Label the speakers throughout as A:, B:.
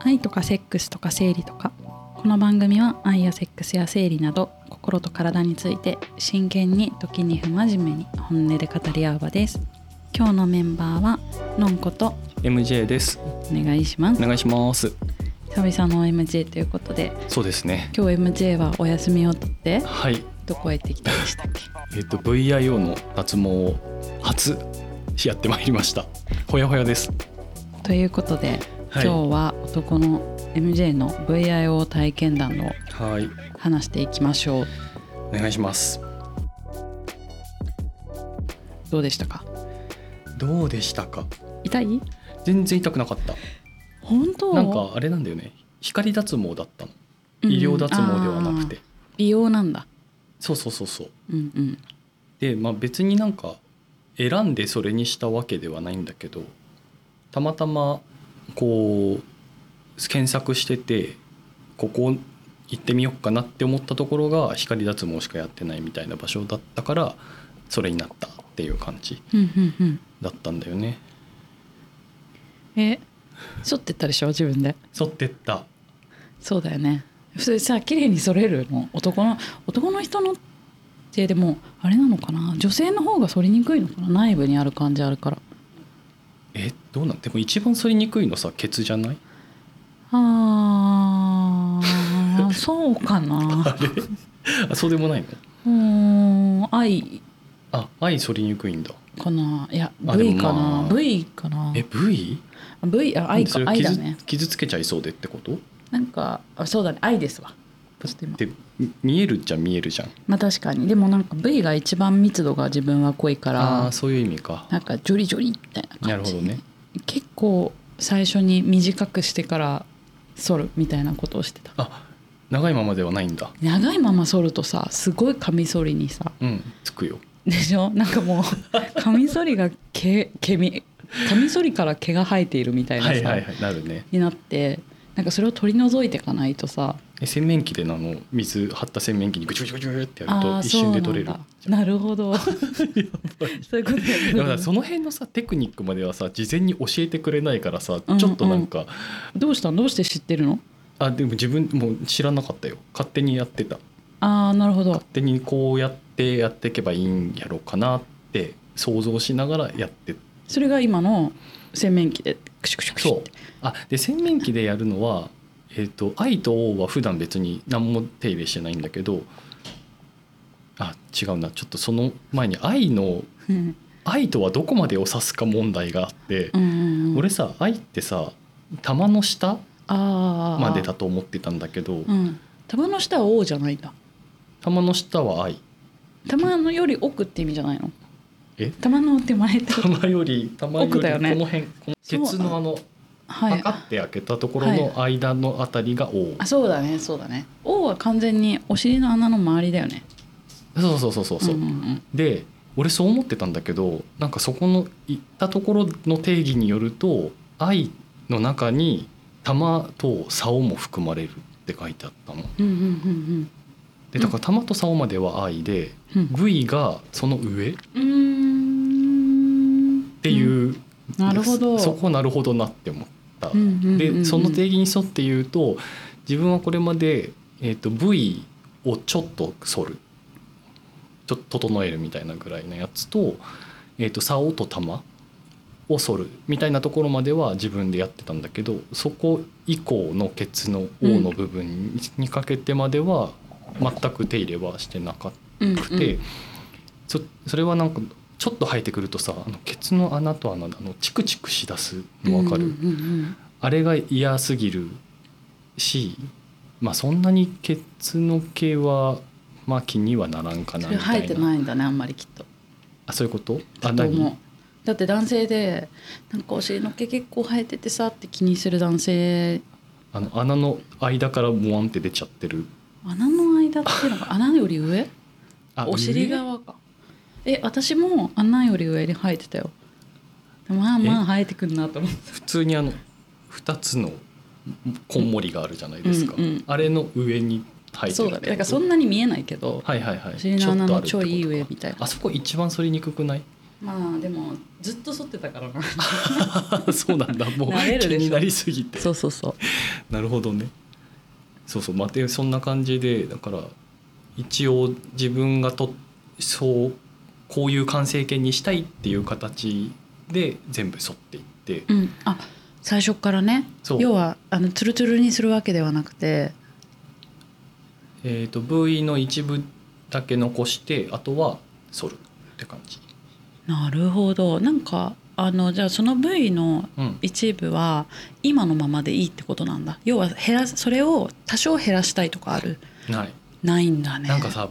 A: 愛とかセックスとか生理とかこの番組は愛やセックスや生理など心と体について真剣に時に不真面目に本音で語り合う場です今日のメンバーはのんこと
B: MJ です
A: お願いします
B: お願いします
A: 久々の MJ ということで
B: そうですね
A: 今日 MJ はお休みを取って
B: はい
A: どこへ行ってきたんで したっけ
B: えっと VIO の脱毛を初やってまいりましたほやほやです
A: ということで、
B: はい
A: 今日は男の MJ の VIO 体験談を
B: はい
A: 話していきましょう
B: お願いします
A: どうでしたか
B: どうでしたか
A: 痛い
B: 全然痛くなかった
A: 本当
B: なんかあれなんだよね光脱毛だったの医療脱毛ではなくて、
A: うんあー美容なんだ
B: そうそうそうそう
A: うんうん
B: でまあ別になんか選んでそれにしたわけではないんだけどたまたまこう検索しててここ行ってみようかなって思ったところが光脱毛しかやってないみたいな場所だったからそれになったっていう感じ
A: うんうんうん
B: だったんだよね。
A: え剃ってったでしょ自分で
B: 剃ってった
A: そうだよねそれさ綺麗に剃れるの男の男の人のってでもあれなのかな女性の方が剃りにくいのかな内部にある感じあるから
B: えどうなんでも一番剃りにくいのさケツじゃない
A: あーそうか な
B: あそうでもないの
A: うーん愛
B: あ愛剃りにくいんだ
A: かないや
B: あで
A: V
B: も
A: か
B: ま
A: な
B: あ
A: V かな
B: え V?
A: あ V あ愛
B: そ
A: か
B: れ
A: 愛だ
B: 傷
A: ね
B: 傷つけちゃいそうでってこと
A: なんかあそうだね愛ですわちょっと今
B: でみ見えるじゃん見えるじゃん
A: まあ確かにでもなんか V が一番密度が自分は濃いか
B: ああ
A: ら
B: ーそういう意味か
A: なんかジョリジョリみたいな
B: なる
A: 感
B: ほ
A: じ
B: どね
A: 結構最初に短くしてから剃るみたいなことをしてた
B: あ長いままではないんだ
A: 長いまま剃るとさすごいカミソリにさ
B: うんつくよ
A: でしょなんかも うカミソリが毛毛みカミソリから毛が生えているみたいなさ、
B: はいはいはいなるね
A: になってなんかそれを取り除いていかないとさ
B: え洗面器でのあの水張った洗面器にぐちゅぐちゅぐちゅってやる
A: あ
B: と
A: あ
B: 一
A: そう
B: 瞬
A: な
B: で
A: んだ
B: 取れる
A: なるほどそういうことだよね
B: でもさその辺のさテクニックまではさ事前に教えてくれないからさ
A: うん
B: ちょっとなんか、
A: どうしたのどうして知ってるの
B: あでも自分もう知らなかったよ勝手にやってた
A: ああなるほど
B: 勝手にこうやってやっていけばいいんやろうかなって想像しながらやって
A: それが今の洗面器でクシュクシュクシュ
B: そうあで洗面器でやるのは、えー、と愛と王は普段別に何も手入れしてないんだけどあ違うなちょっとその前に愛の
A: うん
B: 愛とはどこまでを指すか問題があって
A: う、んうんうん
B: 俺さ愛ってさ玉の下
A: あー
B: までだと思ってたんだけど、
A: うん玉の下は王じゃないんだ
B: 玉の下は愛
A: 玉のより奥って意味じゃないの
B: え
A: 玉の手前ってこと
B: 玉より玉より
A: 奥
B: こ
A: だよね
B: の辺このケツのあの
A: は
B: パ
A: い
B: カって開けたところの間のあたりが王、
A: あそうだねそうだね王は完全にお尻の穴の周りだよね
B: そうそうそうそうそう、
A: んんん
B: で俺そう思ってたんだけどなんかそこの行ったところの定義によると愛の中に玉と竿も含まれるって書いてあったの
A: うんうんうん
B: でだから玉と竿までは愛で
A: うんうん
B: V がその上っ
A: うーん
B: ていう、
A: んなるほど
B: そこなるほどなって思った、
A: うんうんうんうん
B: でその定義に沿って言うと自分はこれまで、えー、と V をちょっと反るちょっと整えるみたいなぐらいのやつと,、えー、と竿と玉を反るみたいなところまでは自分でやってたんだけどそこ以降のケツの O の部分にかけてまでは全く手入れはしてなかった
A: うん
B: くて、そそれはなんかちょっと生えてくるとさあのケツの穴と穴のあのチクチクしだすの分かる、
A: うんうんうん
B: あれが嫌すぎるしまあそんなにケツの毛はまあ気にはならんか
A: うん
B: な
A: そ
B: み
A: れ
B: た
A: 生え
B: い
A: て
B: な
A: ないんだねあんまりきっと
B: あそういうことあ
A: だと思う
B: 何
A: だって男性でなんかお尻の毛結構生えててさって気にする男性
B: あの穴の間からモワンって出ちゃってる
A: 穴の間っていうのが穴より上
B: あ
A: お尻
B: 上
A: 側かえ私も穴より上に生えてたよまあまあ生えてくんなと思って
B: 普通にあの2つのこんもりがあるじゃないですか、
A: うんうん
B: あれの上に生えてる
A: そうだねだからそ
B: なん
A: なに見えないけど
B: はいはいはい
A: お尻の穴のちょい
B: ちょっとあるってことか
A: 上みたいな
B: あそこ一番剃りにくくない
A: まあでもずっと剃ってたから な
B: そうなんだもう
A: 慣れる
B: 気
A: でしょ
B: になりすぎて
A: そうそうそう
B: なるほどねそうそうまあでそんな感じでだから一応自分がとそうこういう完成形にしたいっていう形で全部沿っていって
A: うん、あ最初からね
B: そう
A: 要はあのツルツルにするわけではなくて
B: えー、と部位の一部だけ残してあとは剃るって感じ。
A: なるほどなんかあのじゃあその部位の
B: うん、
A: 一部は今のままでいいってことなんだ要は減らすそれを多少減らしたいとかある
B: ない
A: ないんだね
B: なんかさ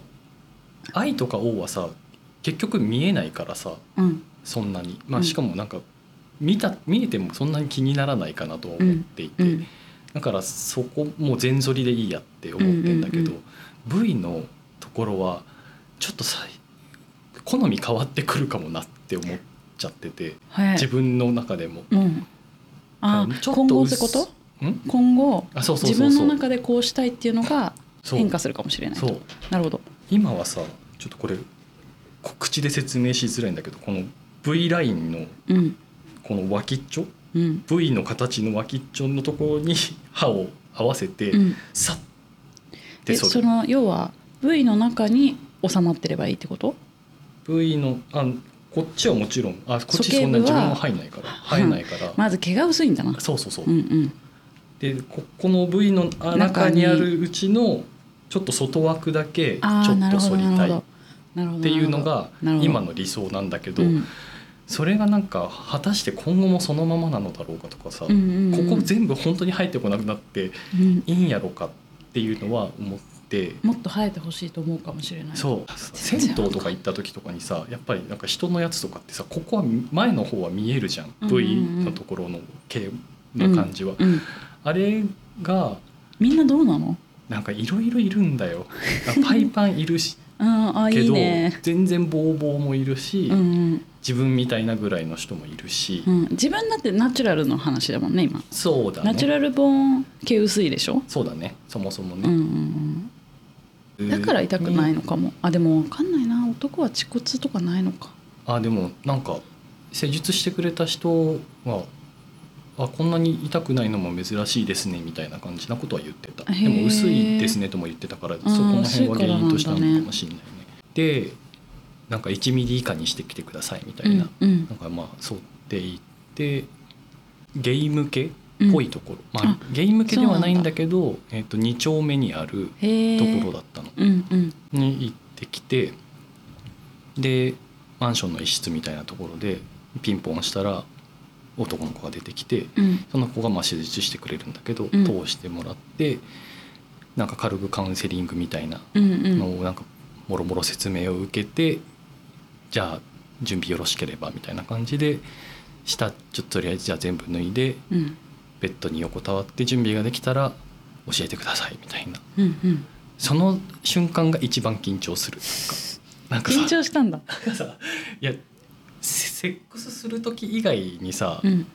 B: 「愛」とか「王」はさ結局見えないからさ
A: うん
B: そんなに、ま
A: う
B: あ、
A: ん
B: しかもなんか見た見えてもそんなに気にならないかなとは思っていて、
A: うん
B: だからそこもう全剃りでいいやって思ってんだけど、
A: うん
B: V のところはちょっとさ好み変わってくるかもなって思っちゃってて
A: はい
B: 自分の中でも。
A: うんあ
B: うんちょっと
A: 今後って
B: 薄
A: こと
B: ん
A: 今後
B: あそうそう
A: 自
B: そう
A: 分の
B: そう
A: 中でこうしたいっていうのが
B: そう
A: 変化するかもしれない
B: そう
A: なるほど
B: 今はさちょっとこれこ口で説明しづらいんだけどこの V ラインの
A: うん
B: この脇っちょ
A: うん
B: V の形の脇っちょのところに刃を合わせて、
A: うん
B: さっ
A: え
B: て
A: そ
B: それ
A: の要は部位の中に収まってればいいってこと
B: V のあこっちはもちろんあこっち
A: 鼠径
B: そんな
A: 部は
B: 自分も入んないから入んないから、
A: まず毛が薄いんだな
B: そうそうそう、
A: うんうん
B: でここの部位のあ中にあるうちのちょっと外枠だけち
A: あ
B: ょ
A: あな
B: っ
A: る
B: と
A: ほど
B: 反
A: な
B: り
A: る
B: た
A: ほ
B: いっ
A: どなるほど
B: ていうのが
A: なるほど
B: 今の理想なんだけど
A: うん
B: それがなんか果たして今後もそのままなのだろうかとかさ、
A: うんうんうん
B: ここ全部本当に入ってこなくなって
A: うん
B: いいんやろかっていうのは思って。
A: もっと生えてほしいと思うかもしれない
B: そう
A: 全
B: 銭
A: 然
B: 湯とか行った時とかにさやっぱりなんか人のやつとかってさここは前の方は見えるじゃん
A: うんうんうん
B: V のところの系の感じは、
A: うん、
B: あれが
A: みんなどうなの
B: なんかいろいろいるん だよパイパンいるし
A: うんあい
B: け
A: い
B: ど
A: ね
B: 全然ボーボーもいるし、
A: うんうん
B: 自分みたいなぐらいの人もいるし、
A: うん、自分だってナチュラルの話だもんね今
B: そうだね
A: ナチュラルボーン系薄いでしょ、
B: そうだねそもそも
A: うん
B: ね、
A: うんうん、だから痛くないのかも、あでもわかんないな男は恥骨とかないのか
B: あでもなんか施術してくれた人はあこんなに痛くないのも珍しいですねみたいな感じなことは言ってた
A: へー
B: でも薄いですねとも言ってたからそこの辺は原因としたのかもしれないねでなんか1ミリ以下にしてきてくださいみたいな、
A: うんうん
B: なんかまあそうっていってゲイ向けっぽいところ、まあ
A: あ
B: ゲイ向けではないんだけどえっと2丁目にある
A: へえ
B: ところだったの、
A: うんうん
B: に行ってきてでマンションの一室みたいなところでピンポンしたら男の子が出てきて
A: うん
B: その子がまあ手術してくれるんだけど、
A: うん
B: 通してもらってなんか軽くカウンセリングみたいな
A: うんうん
B: のをなんかもろもろ説明を受けて、じゃあ準備よろしければみたいな感じで下ちょっととりあえずじゃあ全部脱いで
A: うん
B: ベッドに横たわって準備ができたら教えてくださいみたいな
A: うんうん
B: その瞬間が一番緊張するなんかな
A: 緊
B: んかさ
A: 張したんだ
B: なんかさいやセセックスする時以外にさ、
A: うん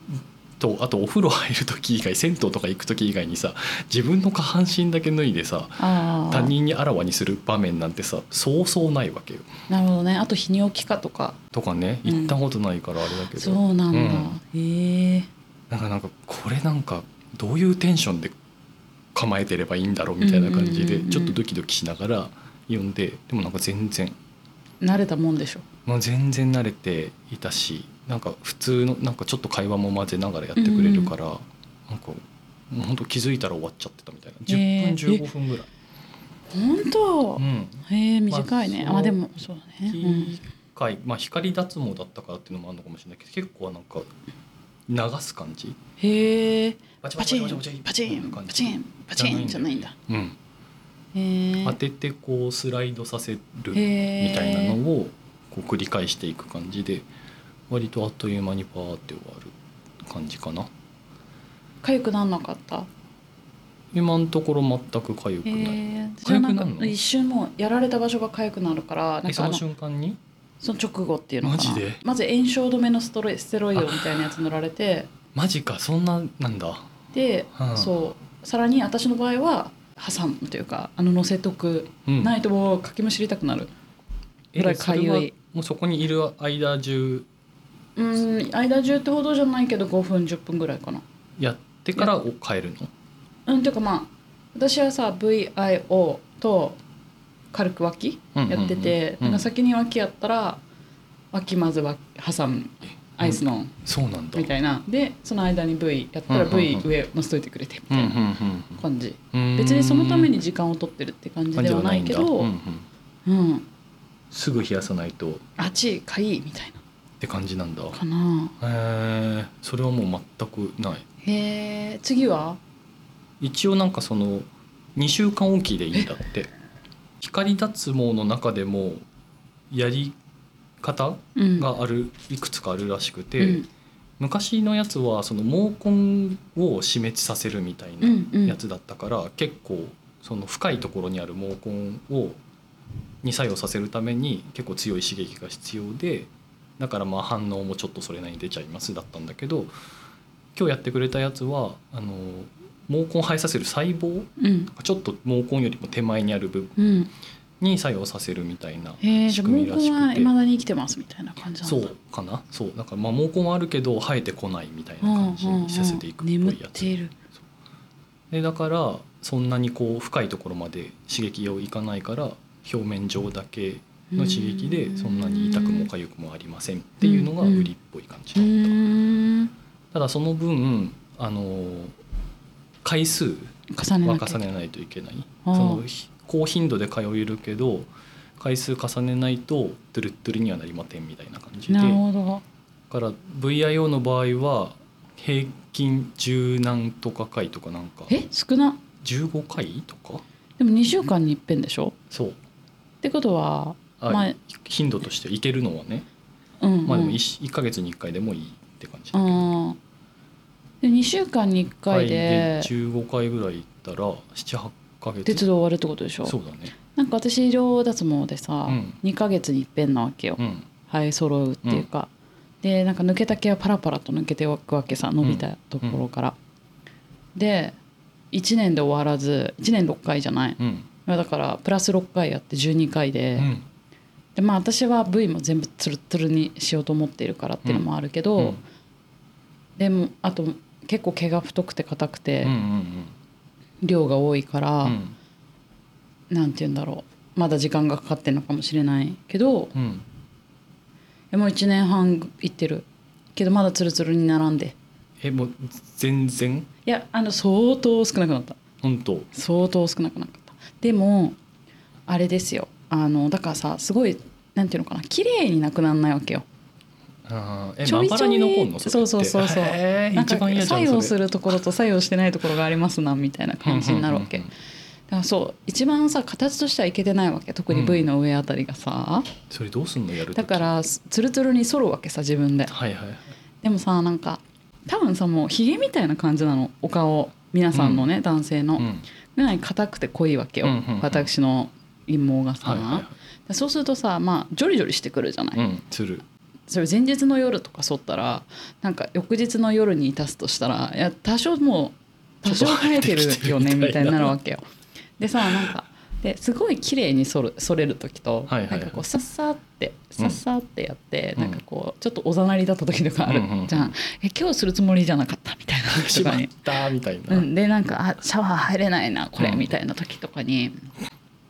B: とあとお風呂入る時以外銭湯とか行く時以外にさ自分の下半身だけ脱いでさ
A: ああ
B: 他人にあらわにする場面なんてさそうそうないわけよ。
A: なるほどねあと泌尿器科とか
B: とかね
A: うん
B: 行ったことないからあれだけど、
A: そうなんだ、
B: うん
A: へえ
B: なんかなんかこれなんかどういうテンションで構えてればいいんだろうみたいな感じ
A: うんうん
B: で
A: うんうん
B: ちょっとドキドキしながら読んででもなんか全然
A: 慣れたもんでしょ
B: まあ、全然慣れていたしなんか普通のなんかちょっと会話も混ぜながらやってくれるから、なんかもう本当気づいたら終わっちゃってたみたいな10
A: へー
B: 分15分ぐらい、
A: 本当、
B: うん、
A: へえ短いね、
B: まあ
A: あ、
B: そう
A: でもそうだね、うん
B: 機械、まあ、光脱毛だったからっていうのもあるのかもしれないけど結構なんか流す感じ
A: へえ
B: バチ
A: パチンパチンパチンパチンじゃないんだ
B: うん、
A: へえ
B: 当ててこうスライドさせる
A: へ
B: み
A: え
B: たいなのをこう繰り返していく感じで割とあっという間にパーって終わる感じかな。
A: 痒くなんなかった
B: 今のところ全く痒く
A: へ
B: ない。
A: えじゃあな
B: 痒くなんん
A: か
B: の
A: 一瞬もうやられた場所が痒くなるからな
B: え
A: ん
B: そ
A: かあ
B: の
A: の
B: 瞬間に
A: その直後っていうのかな
B: マジで
A: まず炎症止めのストロイステロイドみたいなやつ塗られて
B: マジかそんななんだ。
A: で、
B: うん
A: そうさらに私の場合は挟むというかあの乗せとく
B: うん
A: ないともうかきむしりたくなる
B: え
A: ぐらいかゆい
B: それはもうそこにいる間中
A: うん間中ってほどじゃないけど5分10分ぐらいかな
B: やってからを変えるの
A: うんていうかまあ私はさ VIO と軽く脇
B: うんうんうん
A: やってて、
B: うん
A: なんか先に脇やったら脇まずは挟むアイスの
B: そうなんだ
A: みたいなでその間に V やったら
B: うんうん
A: V
B: うん
A: 上乗せといてくれてみ
B: うん
A: た
B: う
A: い
B: ん
A: な
B: うん
A: 感じ
B: うん
A: 別にそのために時間を取ってるって感じ
B: 感
A: で
B: じ
A: は
B: はな
A: ないい
B: ん
A: け
B: だ
A: ど
B: うんうん
A: うん
B: すぐ冷やさないとっ
A: あっちかいいみたい
B: て感じなんだ
A: なかな
B: へえそれはもう全くない
A: へえ次は
B: 一応なんかその2週間おきでいいんだって 光脱毛の中でもやり方
A: うん
B: があるいくつかあるらしくて、
A: うん
B: 昔のやつはその毛根を死滅させるみたい
A: うんうん
B: なやつだったから、結構その深いところにある毛根をに作用させるために結構強い刺激が必要でだからまあ反応もちょっとそれなりに出ちゃいますだったんだけど今日やってくれたやつはあの毛根を生えさせる細胞
A: うん
B: ちょっと毛根よりも手前にある部分
A: うん
B: に作用させるみたいな
A: へえじ
B: 仕
A: ゃあ毛
B: 組み
A: 根
B: らし
A: は
B: く
A: い
B: て
A: まだに生きてますみたいな感じなんだ
B: そうかなそうだからまあ毛根はあるけど生えてこないみたいな
A: うんうんう
B: 感
A: ん
B: じにさせていくっぽ
A: 眠っ
B: いやつ
A: ている
B: でだからそんなにこう深いところまで刺激をいかないから表面上だけの刺激でそんなに痛くも痒くもありませんっていうのが売りっぽい感じ
A: う
B: だった、
A: ーん
B: ただその分あの回数
A: 重ね
B: は
A: なきゃ
B: 重ねないといけない
A: あ
B: そ
A: あ
B: のひ高頻度で通えるけど回数重ねないとトゥルットゥルにはなりませんみたいな感じで
A: なる
B: だ
A: ほど
B: から VIO の場合は平均十何とか回とかなんか
A: え少な
B: 15回とか
A: でも2週間に一遍でしょ
B: そう
A: ってことは
B: あ
A: まあ
B: 頻度としていけるのはね、
A: うんうん
B: まあでも 1, 1ヶ月に1回でもいいって感じだけど
A: うんで2週間に1回で
B: 15回ぐらい行ったら78ヶ月
A: 鉄道終わるってことでしょ
B: そうだね
A: なんか私医療脱毛でさ、
B: うん
A: 2ヶ月に一遍なわけよ、
B: うん
A: 生え揃うっていうか、でなんか抜けた毛はパラパラと抜けていくわけさ伸びたところから、で1年で終わらず1年6回じゃない
B: うん
A: だからプラス6回やって12回で、
B: うん
A: でまあ私は V も全部ツルッツルにしようと思っているからっていうのもあるけど、
B: うん
A: でもあと結構毛が太くて硬くて、
B: うんうん
A: 量が多いから、
B: うん
A: なんて言うんだろうまだ時間がかかってるのかもしれないけど
B: うん
A: もう1年半行ってるけどまだツルツルに並んで
B: えもう全然
A: いやあの相当少なくなった
B: 本当
A: 相当少なくなかったでもあれですよあのだからさすごいなんていうのかな綺麗になくならないわけよ
B: あーえ
A: ちょ
B: ま
A: いちょい
B: ばらに残るのれって
A: そうそうそうそう
B: へー
A: なん
B: 一
A: か
B: 番嫌じゃ
A: 作
B: ん
A: 用す
B: る
A: るところと作用してないところがありますなみたいな感じになるわけだからそう一番さ形としてはいけてないわけ特に V の上あたりがさ、
B: それどうすんのやる時
A: だからすツルツルに剃るわけさ自分で
B: はいはいはい
A: でもさなんか多分さもうヒゲみたいな感じなのお顔皆さんのね、男性の、
B: うん
A: ぐらい硬くて濃いわけよ、
B: うんうんうん
A: 私の陰毛がさ、
B: はいはいは
A: でそうするとさまあジョリジョリしてくるじゃない、
B: いうんする
A: それ前日の夜とか剃ったらなんか翌日の夜に至すとしたらいや多少もう多少生えてるよね
B: ちょっと生えてきてる
A: み
B: み
A: た
B: た
A: い
B: い
A: に
B: な
A: なるわけよでさなんかですごい綺麗に剃る剃れる時と、
B: はいはいはい
A: なんかこうさっさって
B: う
A: さ
B: ん
A: っさってやって、
B: うん
A: なんかこうちょっとおざなりだった時とかある、
B: うんうんうん
A: じゃんえ今日するつもりじゃなかったみたいな時
B: し
A: と
B: ま
A: か
B: っ
A: に
B: たみたいな、
A: うん、でなんかあシャワー入れないなこれ
B: うん
A: みたいな時とかに、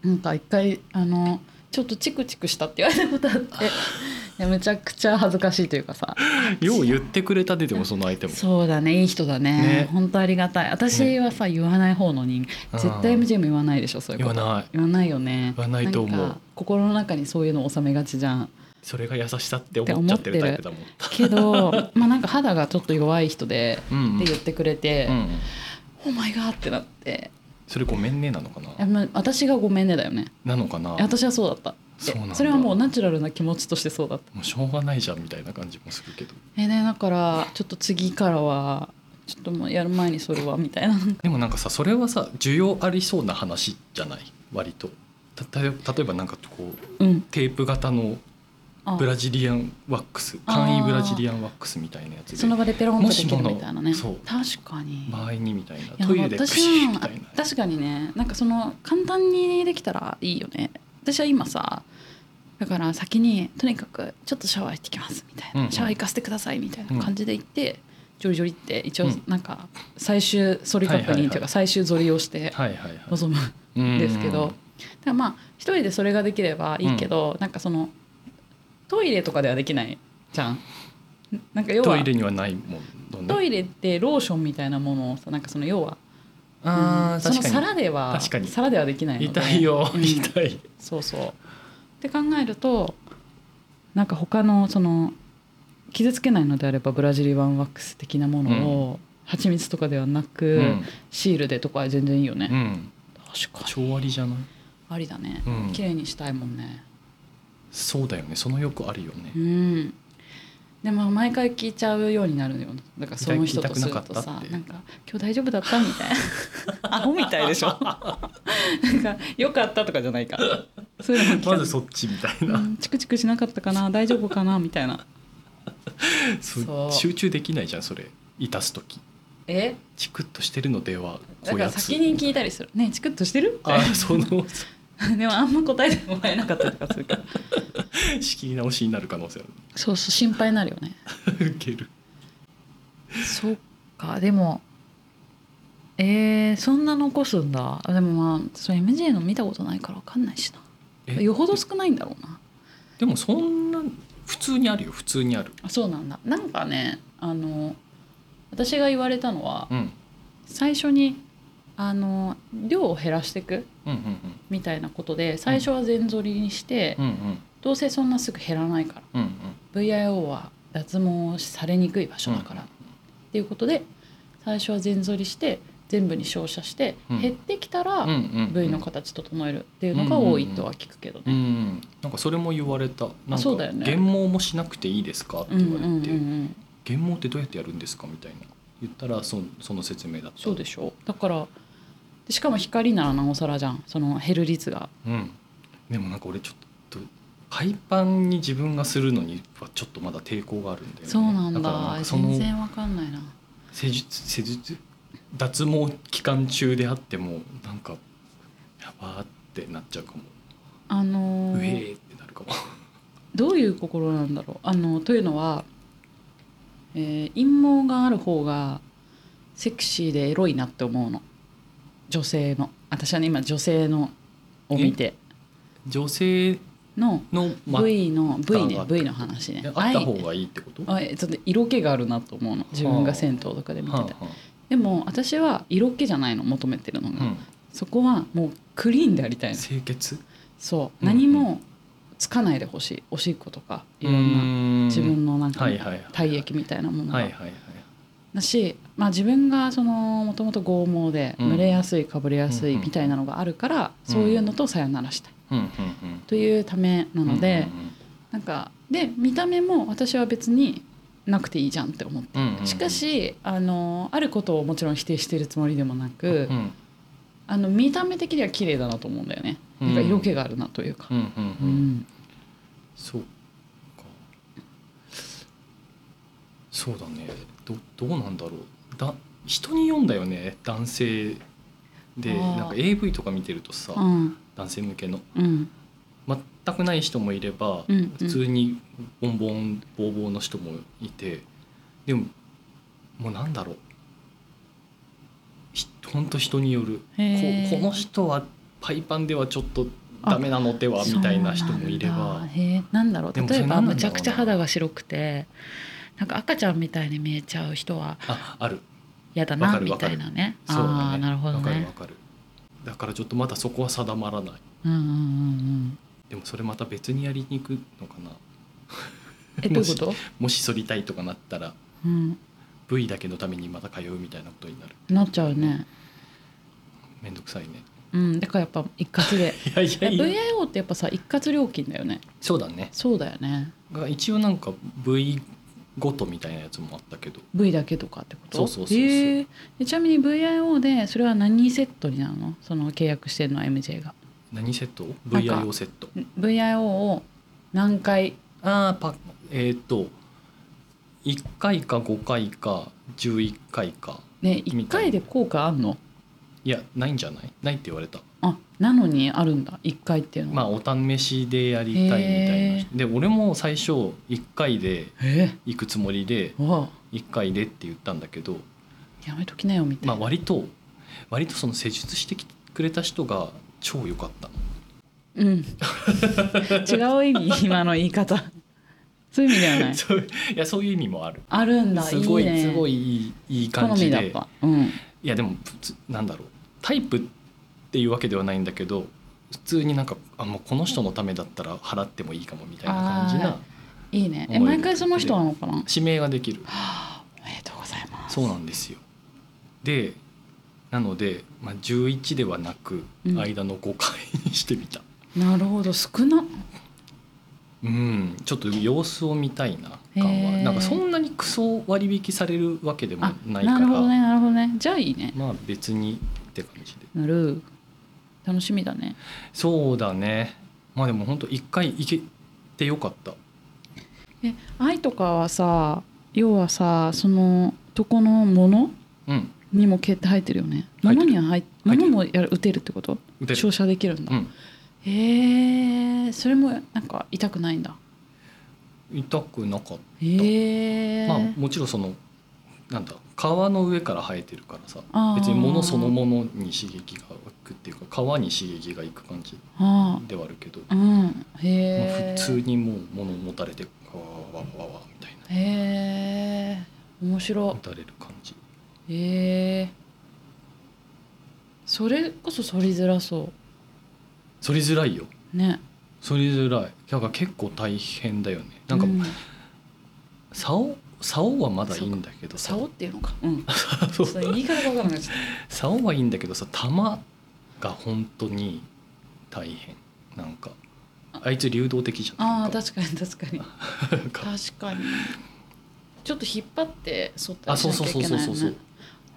A: なんか一回あのちょっとチクチクしたって言われたことあって いやむちゃくちゃ恥ずかしいというかさ
B: よう言ってくれたででもその相手も
A: そうだねいい人だね
B: ね
A: 本当ありがたい私はさ、言わない方の人
B: うん
A: 絶対 MJ も言わないでしょそういう
B: 言
A: こ
B: わ
A: と
B: ない
A: 言わないよね
B: 言わないと思うん
A: か心の中にそういうの収めがちじゃん
B: それが優しさって思っちゃってるタイプだもん
A: けど まあなんか肌がちょっと弱い人で、
B: うん
A: って言ってくれて
B: う、ん、
A: お前がってなって
B: それごめんねなのかない
A: やまあ私がごめんねだよね
B: なのかなも
A: 私はそうだった
B: そうなんだ
A: れはもうナチュラルな気持ちとしてそうだった
B: うしょうがないじゃんみたいな感じもするけど
A: えねだからちょっと次からはちょっともうやる前にそれはみたいな
B: でもなんかさそれはさ需要ありそうな話じゃない割とたた例えばなんかこう
A: うん
B: テープ型の
A: あ
B: ブラジリアンワックス
A: あー
B: 簡易ブラジリアンワックスみたいなやつ
A: そ
B: で
A: の場でペロンとできる
B: もしもの
A: みたいなね
B: そう
A: 確かに、
B: 場合にみたいない
A: や
B: トイレでプシーみ
A: 私
B: た
A: はい
B: な
A: 確かにねなんかその簡単にできたらいいよね私は今さだから先にとにかくちょっとシャワー行ってきますみたいな、
B: うんうん
A: シャワー行かせてくださいみたいな感じで行って、ジョリジョリって一応
B: うん
A: なんか最終反り確
B: はいはいは
A: 認
B: い
A: というか最終反りをして
B: はいはいは
A: 臨む
B: いうん
A: んですけど、だからまあ一人でそれができればいいけど、なんかそのトイレとかではできないじゃん。なんか要
B: ト
A: は
B: イレにはないものね
A: トイレってローションみたいなものをさなんかその要は、
B: あ
A: うん
B: ー
A: その
B: 確か
A: 皿では
B: 確かに
A: 皿ではできない
B: に
A: ので
B: 痛いよ
A: うん
B: 痛い
A: そうそう。って考えるとなんか他のその傷つけないのであればブラジリワンワックス的なものを、蜂蜜とかではなく、
B: うん
A: シールでとかは全然いいよね、
B: うん
A: 確かに
B: 調割じゃない
A: ありだね、
B: うん
A: 綺麗にしたいもんね
B: そうだよねそのよくあるよね
A: うんでも毎回聞いちゃうようになるよだからその人とすると
B: 痛くなかった
A: さ
B: って
A: なんか「今日大丈夫だった?」みたい なアホみたいでしょなんか「よかった」とかじゃないかそういうのも聞か
B: ま
A: ない
B: ずそっちみたい
A: うん
B: な
A: チクチクしなかったかな大丈夫かなみたいな
B: す
A: そう
B: 集中できないじゃんそれいたす時
A: え
B: チクッとしてるのでは
A: だ
B: こ
A: か
B: や
A: ら
B: つ
A: 先に聞いたりするねチクッとしてる
B: あその
A: でもあんま答えてもらえなかったりとかするから
B: 仕切り直しになる可能性あ
A: そうそう心配になるよね
B: るウケる
A: そっかでもえー、そんな残すんだでもまあそれ MJ の見たことないから分かんないしな
B: え
A: よほど少ないんだろうな
B: でもそんな普通にあるよ普通にある
A: あそうなんだなんかねあの私が言われたのは
B: うん
A: 最初にあの量を減らしていく
B: うん
A: みたいなことで最初は全剃りにして、
B: うんうんうん
A: どうせそんなすぐ減らないから
B: うんうん
A: VIO は脱毛されにくい場所だから、っていうことで最初は全剃りして全部に照射して、
B: うん
A: 減ってきたら、
B: うんうんうん
A: 部位の形整えるっていうのが多いとは聞くけど
B: う
A: ね。
B: んなんかそれも言われたなんか
A: そうだよね
B: 減毛もしなくていいですか?」って
A: うんう
B: 言
A: ん
B: われて、
A: うんうん、
B: 減毛ってどうやってやるんですか?」みたいな言ったらそその説明だった
A: そうでしょだからでしかも光ならなおさらじゃんその減る率が
B: うん、でもなんか俺ちょっと海パンに自分がするのにはちょっとまだ抵抗があるんだよね
A: そうなんだ
B: だからなんかその
A: 全然わかんないな
B: 施術施術脱毛期間中であってもなんかやばーってなっちゃうかも、
A: あ
B: う
A: のー
B: えーってなるかも
A: どういう心なんだろうあのというのは、えー陰毛がある方がセクシーでエロいなって思うの女性の私はね今女性のを見て
B: 女性
A: の
B: の、ま
A: V の V
B: あ
A: ね
B: あ
A: V の話ね
B: あった方がいいってこと
A: あえちょっと色気があるなと思うの自分が銭湯とかで見て
B: はあ
A: て
B: は
A: でも私は色気じゃないの求めてるの
B: あ
A: が、
B: うん
A: そこはもうクリーンでありたいの
B: 清潔
A: そう
B: うんうん
A: 何もつかないでほしいおしっことかいろんな
B: な
A: 自分のなんか
B: はいはいはい
A: 体液みたいなもの
B: はい
A: が
B: はいはい
A: だし、まあ、自分がそのもともと剛毛で
B: うん
A: 蒸れやすいかぶれやすいみたいなのがあるから、
B: うん
A: そういうのとさよならしたい
B: うんうん
A: というためな
B: うん
A: ので、
B: う
A: なんかで見た目も私は別になくていいじゃんって思って。
B: んうんうん
A: しかしあのあることをもちろん否定してるつもりでもな
B: うんう
A: く、
B: ん
A: あの見た目的には綺麗だなと思うんだよね、
B: うん
A: なんか色気があるなというか、
B: うんうん
A: う
B: うんんそうかそうだねどどうなんだろうだ人に読んだよね男性
A: あ
B: で
A: ー
B: なんか AV とか見てるとさ、
A: うん
B: 男性向けの
A: うん
B: 全くない人もいれば、
A: うんうん
B: 普通にボンボンボーボーの人もいてでももうなんだろうひほんと人によるこ
A: へー
B: この人はパイパンではちょっとダメなのではみたいな人もいれ
A: そうなんだ
B: ば
A: へえなんだろう
B: でも
A: 例え
B: それ
A: ば
B: 何な
A: む
B: んだ
A: ちゃ
B: ろうな
A: くちゃ肌が白くてなんか赤ちゃんみたいに見えちゃう人は
B: あある
A: 嫌だ
B: わ
A: な
B: かる
A: み
B: わか
A: た
B: る
A: いなね
B: そうだ
A: ああ
B: ね
A: なるほど
B: わかるわ
A: ね
B: かるだからちょっとまだそこは定まらない
A: うんうんうん
B: でもそれまた別にやりに行くのかな
A: うんえどういうこと、
B: もし剃りたいとかなったら
A: うん、
B: 部位だけのためにまた通うみたいなことになる
A: なっちゃうね
B: めんどくさいね
A: うんだからやっぱ一括 で
B: いやい
A: え
B: やいや
A: VIO ってやっぱさ一括料金だよね
B: そうだね
A: そうだよね
B: が一応なんか部位ごとみたいなやつもあったけど
A: V だけとかってこと
B: そうそうそうそう
A: へええちなみに VIO でそれは何セットになるのその契約してるのは MJ が
B: 何セット
A: なんか
B: ?VIO セット
A: VIO を何回
B: ああパえっ、と1回か5回か11回か
A: ね
B: み
A: 1
B: たい
A: 回で効果あんの
B: いやないんじゃないないって言われた
A: あなのにあるんだ1回っていうの
B: まあ
A: あ
B: お試しでやりたいみたいな
A: へ
B: で俺も最初1回で
A: え
B: 行くつもりで
A: ー、わ
B: 1回でって言ったんだけど、
A: あやめときなよみたい
B: まあ、
A: な、
B: 割と割とその施術してきてくれた人が超良かった
A: うん違う意味今の言い方そういう意味ではない
B: そういやそういう意味もある
A: あるんだ
B: すごい
A: ね
B: すごいいいいい
A: 好
B: 感
A: み
B: じ
A: だっ
B: で
A: た、うん、
B: いやでも普通なんだろうタイプっていうわけではないんだけど普通になんかあもうこの人のためだったら払ってもいいかもみたいな感じ
A: あ
B: ない
A: いねえ
B: 思い出
A: 毎回その人なのかな
B: 指名ができる
A: おめでとうございます
B: そうなんですよでなので、まあ、11ではなく
A: うん
B: 間の5回にしてみた
A: なるほど少な
B: うん、ちょっと様子を見たいな
A: へー
B: 感はなんかそんなにクソ割引されるわけでも
A: あ
B: ないか
A: なるほ
B: ら、
A: どねなるほどねじゃあいいね
B: まあ別にって感じで
A: なる楽しみだね
B: そうだねまあでも本当一1回行けてよかった
A: え愛とかはさ要はさその男のもの
B: うん
A: にも毛って入ってるよね
B: 入って
A: 物
B: る
A: には入っ
B: 入って
A: 物
B: る
A: もやる打てるってこと
B: 打てる
A: 照射できるんだ、
B: うん
A: へえそれもなんか痛くないんだ
B: 痛くなかっ
A: へ
B: た、
A: え、
B: まあもちろんそのなんだ皮の上から生えてるからさ
A: あー
B: 別に物そのものに刺激がいくっていうか皮に刺激がいく感じ
A: あ
B: ではあるけど、
A: あうん
B: まあ
A: へえ
B: 普通にもう物持たれてわわわわわみたいな
A: へえ面白
B: 打たれる感じ
A: いへえそれこそ反りづらそ
B: 反りづらいよ
A: うね
B: 反りづらいだから結構大変だよねなんか
A: う
B: 竿竿はまだいいんだけどさ
A: 竿っていうのか うん
B: そう
A: ちょっと言い方が分からない
B: 竿はいいんだけどさ玉が本当に大変なんかあいつ流動的じゃん
A: あ
B: な
A: あ
B: いか
A: 確かに確かに
B: なんか
A: 確かにちょっと引っ張って沿った
B: あ
A: りし
B: そう
A: な
B: そう
A: きゃ
B: そ
A: いうけ
B: そう
A: ない
B: そ
A: よ
B: うそう
A: ね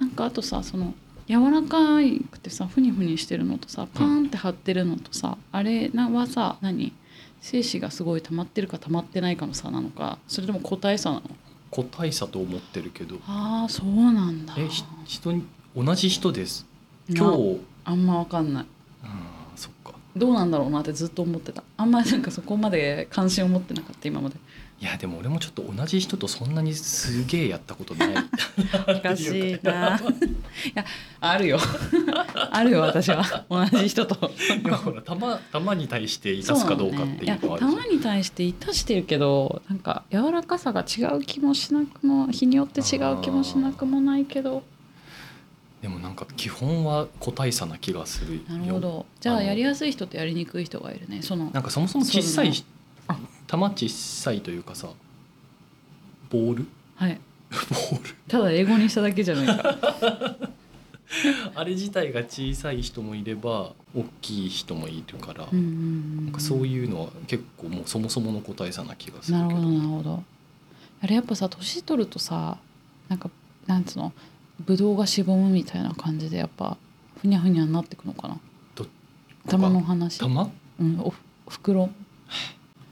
A: なんかあとさその柔らかくてさふにふにしてるのとさパーンって張ってるのとさ、あれなはさ何精子がすごい溜まってるか溜まってないかの差なのかそれとも個体差なの
B: 個体差と思ってるけど
A: ああそうなんだ
B: えひ人に同じ人です
A: な
B: 今日
A: あんま分かんない
B: あーそっか
A: どうなんだろうなってずっと思ってたあんまりなんかそこまで関心を持ってなかった今まで
B: いやでも俺もちょっと同じ人とそんなにすげえやったことない
A: おかしいな いやあるよ あるよ私は同じ人と
B: でもほら玉玉に対していたすかどうかっていうのはある
A: そう
B: じ
A: なのねいやたまに対していたしてるけどなんか柔らかさが違う気もしなくも日によって違う気もしなくもないけど
B: ゃんでもなんか基本は個体差な気がするよ
A: なるほどじゃ
B: あ
A: あ
B: の
A: やりやすい人とやりにくい人がいるねその
B: なんかそもそも小さい
A: そ
B: し玉小さいというかさボール
A: はい
B: ボール
A: ただ英語にしただけじゃないか
B: あれ自体が小さい人もいれば大きい人もいるから、
A: うんうん
B: なん
A: うん
B: かそういうのは結構もうそもそもの個体差な気がする
A: な
B: け
A: る
B: ど
A: ほどなるほどあれやっぱさ年取るとさなんかなんつうのぶどうがしぼむみたいな感じでやっぱふにゃふにゃになってくのかな
B: ど
A: 玉の話、
B: 玉
A: うん、お袋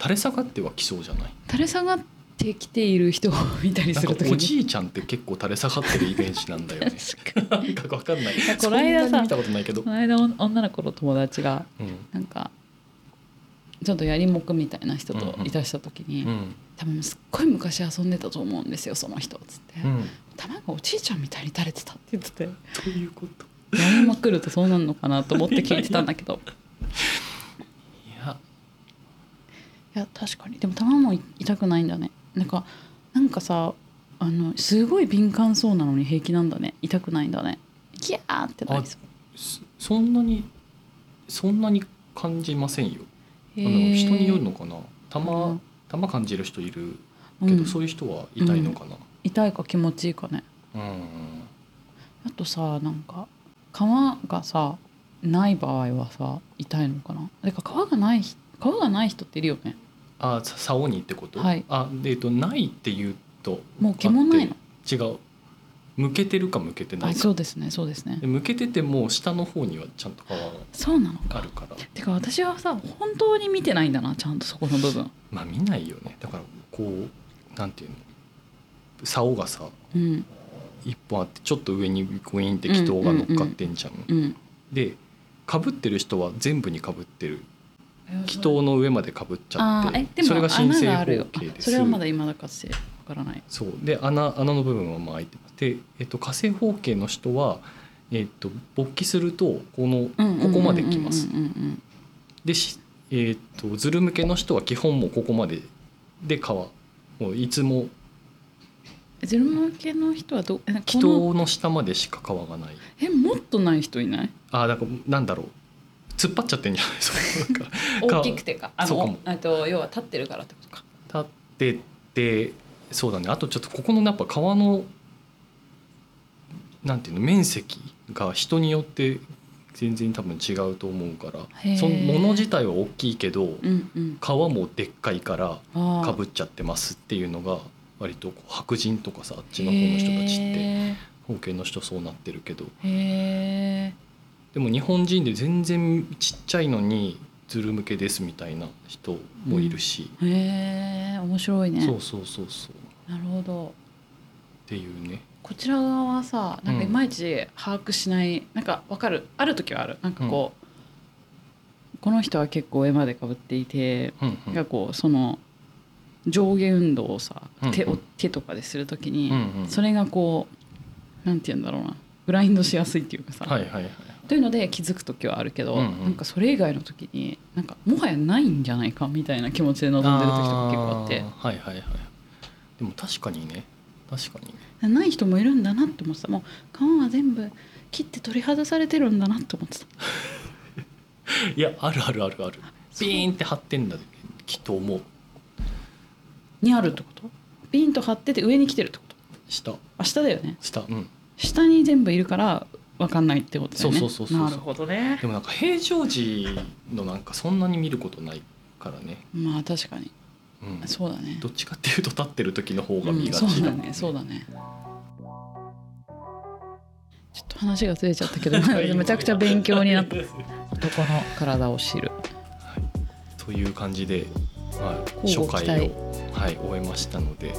B: 垂れ下がってはきそうじゃない
A: 垂れ下がってきている人を 見たり
B: な
A: す
B: ん
A: ると
B: か
A: き
B: お
A: に
B: じいちゃんって結構垂れ下がってるイメージなん だよね
A: 確かに
B: なんかわかんない
A: やこ
B: そん
A: の間
B: な
A: さ
B: に見たことないけど
A: こ、の間お女の子の友達が
B: うん
A: なんかちょっとやりもくみたいな人といたしたときに、
B: うん
A: 多分すっごい昔遊んでたと思うんですよその人っつって、
B: うん、
A: 玉がおじいちゃんみたいに垂れてたって言っててや
B: ということ
A: りまくるとそうなんのかなと思って聞いてたんだけど
B: いや
A: いや確かにでも玉も痛くないんだねなんかなんかさあのすごい敏感そうなのに平気なんだね痛くないんだねギャーってなりそう
B: そそんなにそんなに感じませんよ
A: へ
B: あの
A: ー
B: 人によるのかな玉、
A: うん
B: 玉感じる人いる
A: う
B: けど、
A: ん、
B: そういう人は痛いのかな
A: 痛いか気持ちいいかね
B: うん、
A: あとさなんか皮がさない場合はさ痛いのかなてか皮がない皮がない人っているよね
B: あさ竿にってこと、
A: はい
B: あでえっとないっていうと
A: もう毛もないの
B: 違う向けてるか向けてな
A: あ
B: いか
A: そうですねそうですね
B: で向けてても下の方にはちゃんと皮が
A: そうなの
B: あ
A: か
B: るから
A: てか私はさ本当に見てないんだなちゃんとそこの部分
B: まあ見ないよねだからこうなんていうの竿がさ
A: うん
B: 一本あってちょっと上にグイーンって気筒が乗っかってんじゃん。
A: うん
B: でかぶってる人は全部にかぶってる気筒
A: の
B: の上までかぶっちゃ
A: あ
B: っ
A: ーえで
B: て
A: も
B: それが申請
A: 穴あ
B: 方
A: るよ
B: 形です
A: それはまだ今だかつてわからない
B: そうで穴穴の部分はまあ開いてますで、えっと、火星方形の人は、えっと、勃起するとこのここまで来ます
A: うんうんうん
B: でし、えっとズル向けの人は基本もうここまでで皮もういつも
A: ズル向けの人はどえ
B: 気
A: こ
B: 筒
A: の
B: の下までしか皮がない
A: えもっとない人いない
B: あーだからなんだろう突っ張っちゃってんじゃないですかなんか
A: 大きくてかあ
B: そうかも
A: のあと要は立ってるからってことか
B: 立っててそうだねあとちょっとここのやっぱ皮のなんていうの面積が人によって全然多分違うと思うから
A: へー
B: そのもの自体は大きいけど
A: うんうん
B: 皮もでっかいから
A: あ
B: かぶ
A: っ
B: っちゃってますっていうのが割とこう白人とかさあっちの方の人たちって方形の人そうなってるけど
A: へえ
B: でも日本人で全然ちっちゃいのにズル向けですみたいな人もいるし、
A: へえ面白いね
B: そうそうそうそうっ
A: なるほど
B: ていうね。
A: こちら側はさなんかいまいち把握しない、なんかわかるある時はあるなんかこう、この人は結構上までかぶっていて、
B: うんうん
A: なんかこうその上下運動をさ、手
B: うんう
A: を
B: ん
A: 手とかでする時に、
B: うんうん
A: それがこうなんて言うんだろうなブラインドしやすいっていうかさ、
B: はいはいはい
A: というので気づく時はあるけど、
B: うんうん
A: なんかそれ以外の時になんかもはやないんじゃないかみたいな気持ちで臨んでる時とか結構あって
B: ーはいはいはいでも確かにね確かにね
A: ない人もいるんだなって思ってたもう皮は全部切って取り外されてるんだなって思ってた
B: いやあるあるあるある
A: そう
B: ビーンって張ってんだきっと思う
A: にあるってことピンと張ってて上に来てるってこと
B: 下
A: あ下だよね
B: 下うん
A: 下に全部いるから分かんないってことだよね
B: そうそうそうそう
A: なるほどね
B: でもなんか平常時のなんかそんなに見ることないからね、
A: まあ確かに
B: うん、
A: そうだね
B: どっちかっていうと立ってる時の方が
A: う
B: 見
A: ん
B: が
A: そう
B: ち
A: だ
B: だ
A: ねそう
B: だ
A: だねちょっと話がずれちゃった けどめちゃくちゃ勉強になった男の体を知る
B: という感じで、はい、
A: 乞うご
B: 初
A: 期待
B: 回を、はい、終えましたので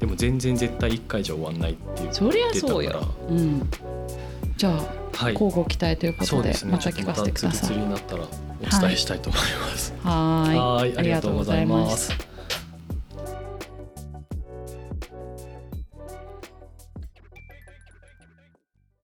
B: でも全然絶対1回じゃ終わんないっていう
A: そりゃそうよ
B: 言ってたか
A: うんじゃあ
B: らはい
A: 交互期待というこ
B: そ
A: と
B: う
A: で
B: ですね。
A: また聞かせてくださ
B: ちょっ
A: い
B: とまたつりつりになったらお伝えしたいと思います。
A: はーい
B: はいありがとうございます。